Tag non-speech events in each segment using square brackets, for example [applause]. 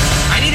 I need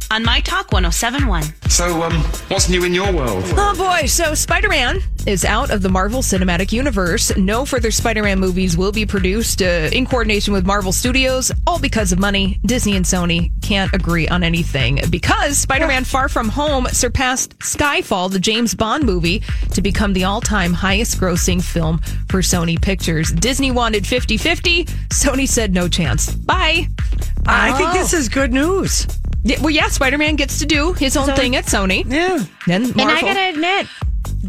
on My Talk 1071. So, um, what's new in your world? Oh boy, so Spider Man is out of the Marvel Cinematic Universe. No further Spider Man movies will be produced uh, in coordination with Marvel Studios, all because of money. Disney and Sony can't agree on anything because Spider Man Far From Home surpassed Skyfall, the James Bond movie, to become the all time highest grossing film for Sony Pictures. Disney wanted 50 50, Sony said no chance. Bye. Oh. I think this is good news. Yeah, Well, yeah, Spider Man gets to do his own own- thing at Sony. Yeah. Then Marvel. And I gotta admit,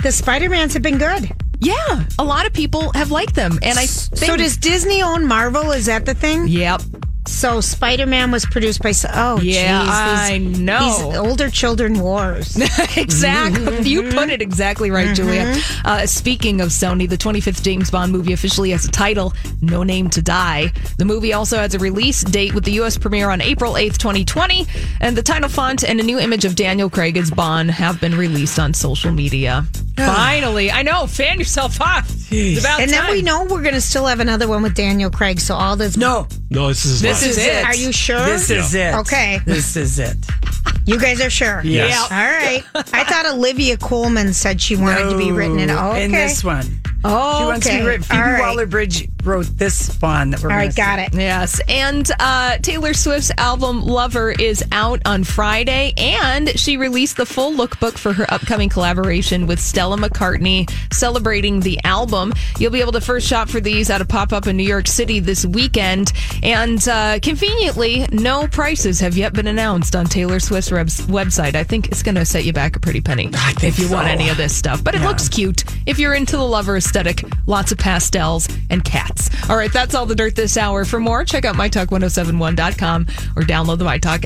the Spider Mans have been good. Yeah, a lot of people have liked them, and I think So does Disney own Marvel? Is that the thing? Yep. [laughs] So Spider Man was produced by. s- Oh, Yeah, geez, I know. These older [laughs] children wars. exactly. You Mm-hmm. put it exactly right, Julia. Uh, speaking of Sony, the 25th James Bond movie officially has a title, No Name to Die. The movie also has a release date with the U.S. premiere on April 8th, 2020. And the title font and a new image of Daniel Craig as Bond have been released on social media. Finally. I know. Fan yourself off. It's about and then time. we know we're going to still have another one with Daniel Craig. So all this. No, No, this is This live. is it. Are you sure? this is it. Okay. This is it. You guys are sure? Yes. All right. I thought Olivia Coleman said she wanted to be written in. Oh, okay. In this one. Oh, She wants to be written. Phoebe All right. Waller Bridge wrote this one that we're All right. Got it. Yes. And uh, Taylor Swift's album Lover is out on Friday, and she released the full lookbook for her upcoming collaboration with Stella McCartney, celebrating the album. You'll be able to first shop for these at a pop up in New York City this weekend. And uh, conveniently, no prices have yet been announced on Taylor Swift's rebs- website. I think it's going to set you back a pretty penny if you want any of this stuff. But it looks cute if you're into the lover aesthetic. Lots of pastels and oh cats. All right, that's all the dirt this hour. For more, check out mytalk1071.com or download the MyTalk